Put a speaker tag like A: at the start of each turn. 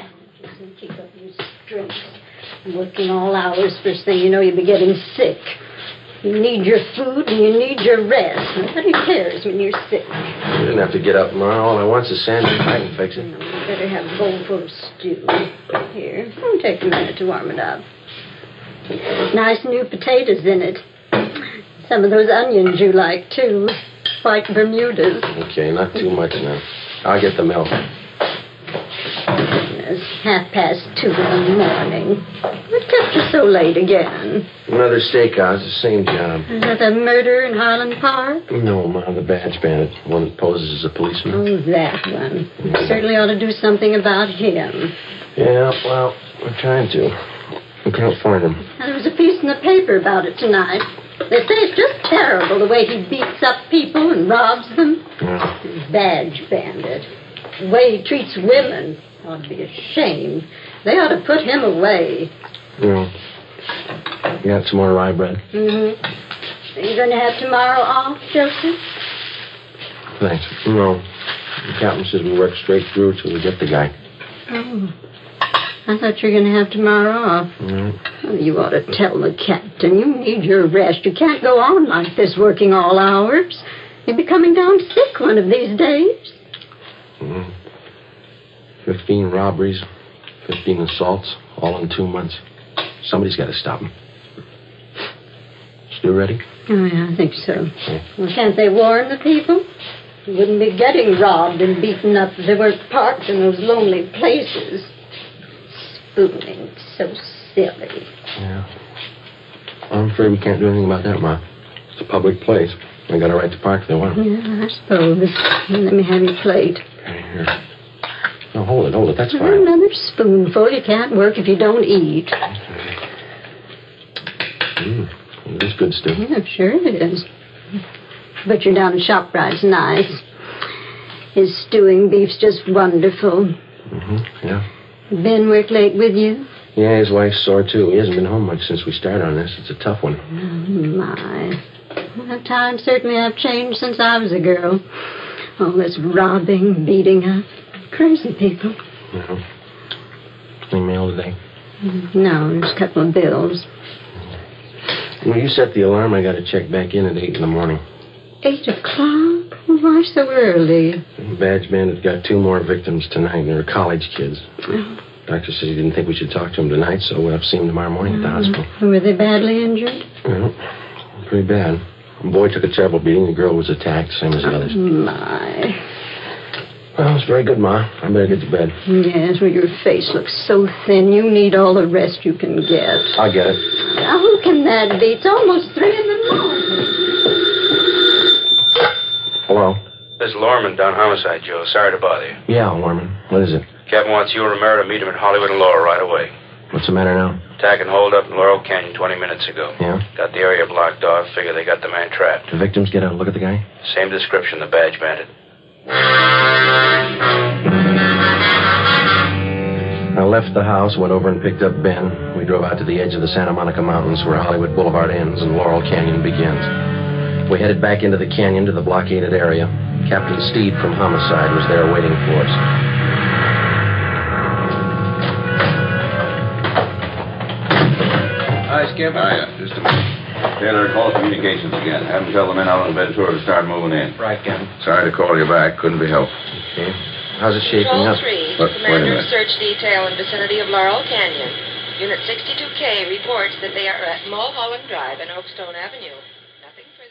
A: and keep up your strength. Working all hours, first thing you know, you'll be getting sick. You need your food and you need your rest. Nobody cares when you're sick.
B: You didn't have to get up, Ma. All I want's a sandwich. I can fix
A: You
B: it.
A: better have a bowl full of stew. Here, it'll take a minute to warm it up. Nice new potatoes in it. Some of those onions you like, too. Like Bermudas.
B: Okay, not too much now. I'll get the milk.
A: It's half past two in the morning. What kept you so late again?
B: Another steakhouse, the same job.
A: Is that the murder in Highland Park?
B: No, Ma, the badge bandit, one that poses as a policeman.
A: Oh, that one. Certainly ought to do something about him.
B: Yeah, well, we're trying to. We can't find him.
A: Now, there was a piece in the paper about it tonight. They say it's just terrible the way he beats up people and robs them.
B: Yeah.
A: Badge bandit. The way he treats women ought to be ashamed. They ought to put him away.
B: Yeah. You got some more rye bread?
A: Mm-hmm. Are you going to have tomorrow off, Joseph?
B: Thanks. No. The captain says we work straight through till we get the guy.
A: Oh. I thought you were going to have tomorrow off.
B: No.
A: Oh, you ought to tell the captain. You need your rest. You can't go on like this working all hours. You'll be coming down sick one of these days.
B: Mm. Fifteen robberies, fifteen assaults, all in two months. Somebody's got to stop him. You ready?
A: Oh, yeah, I think so. Well, can't they warn the people? You wouldn't be getting robbed and beaten up if they weren't parked in those lonely places. Spooning, so silly.
B: Yeah. I'm afraid we can't do anything about that, Ma. It's a public place. They got a right to park if they want.
A: Yeah, I suppose. Let me have your plate.
B: Right here. No, hold it, hold it. That's fine.
A: Another spoonful. You can't work if you don't eat.
B: Mm. It is good, Stu.
A: Yeah, sure it is. Butcher down at ShopRite's nice. His stewing beef's just wonderful.
B: Mm-hmm. Yeah.
A: Ben worked late with you?
B: Yeah, his wife's sore, too. He hasn't been home much since we started on this. It's a tough one.
A: Oh, my. Well, times certainly have changed since I was a girl. All this robbing, beating up. Crazy people.
B: Yeah. Any mail today?
A: No, just a couple of bills.
B: Well, you set the alarm. I got to check back in at 8 in the morning.
A: Eight o'clock? Why so early?
B: Badge Bandit got two more victims tonight, and they're college kids.
A: Oh.
B: Doctor says he didn't think we should talk to him tonight, so we'll have to see him tomorrow morning at the hospital.
A: Were they badly injured?
B: Well, pretty bad. The boy took a terrible beating. The girl was attacked, same as the others.
A: Mm-hmm. My.
B: Well, it's very good, Ma. I better get to bed.
A: Yes, well, your face looks so thin. You need all the rest you can get.
B: I'll get it.
A: Now, who can that be? It's almost three in the morning.
B: Hello?
C: This is Lorman down homicide, Joe. Sorry to bother you.
B: Yeah, Lorman. What is it?
C: Captain wants you and Romero to meet him at Hollywood and Laurel right away.
B: What's the matter now?
C: Attack and hold up in Laurel Canyon 20 minutes ago.
B: Yeah?
C: Got the area blocked off. Figure they got the man trapped.
B: The victims get a look at the guy?
C: Same description, the badge bandit.
B: I left the house, went over and picked up Ben. We drove out to the edge of the Santa Monica Mountains where Hollywood Boulevard ends and Laurel Canyon begins. We headed back into the canyon to the blockaded area. Captain Steed from Homicide was there waiting for us.
D: Hi, Skip. Hiya. Just a minute. Taylor, call communications again. Have them tell the men out on Ventura to start moving in.
B: Right, Captain.
D: Sorry to call you back. Couldn't be helped.
B: Okay. How's it shaping up?
E: Control
D: Look, wait
E: 3,
D: a
E: Commander of
D: minute.
E: Search Detail in vicinity of Laurel Canyon. Unit 62K reports that they are at Mulholland Drive and Oakstone Avenue.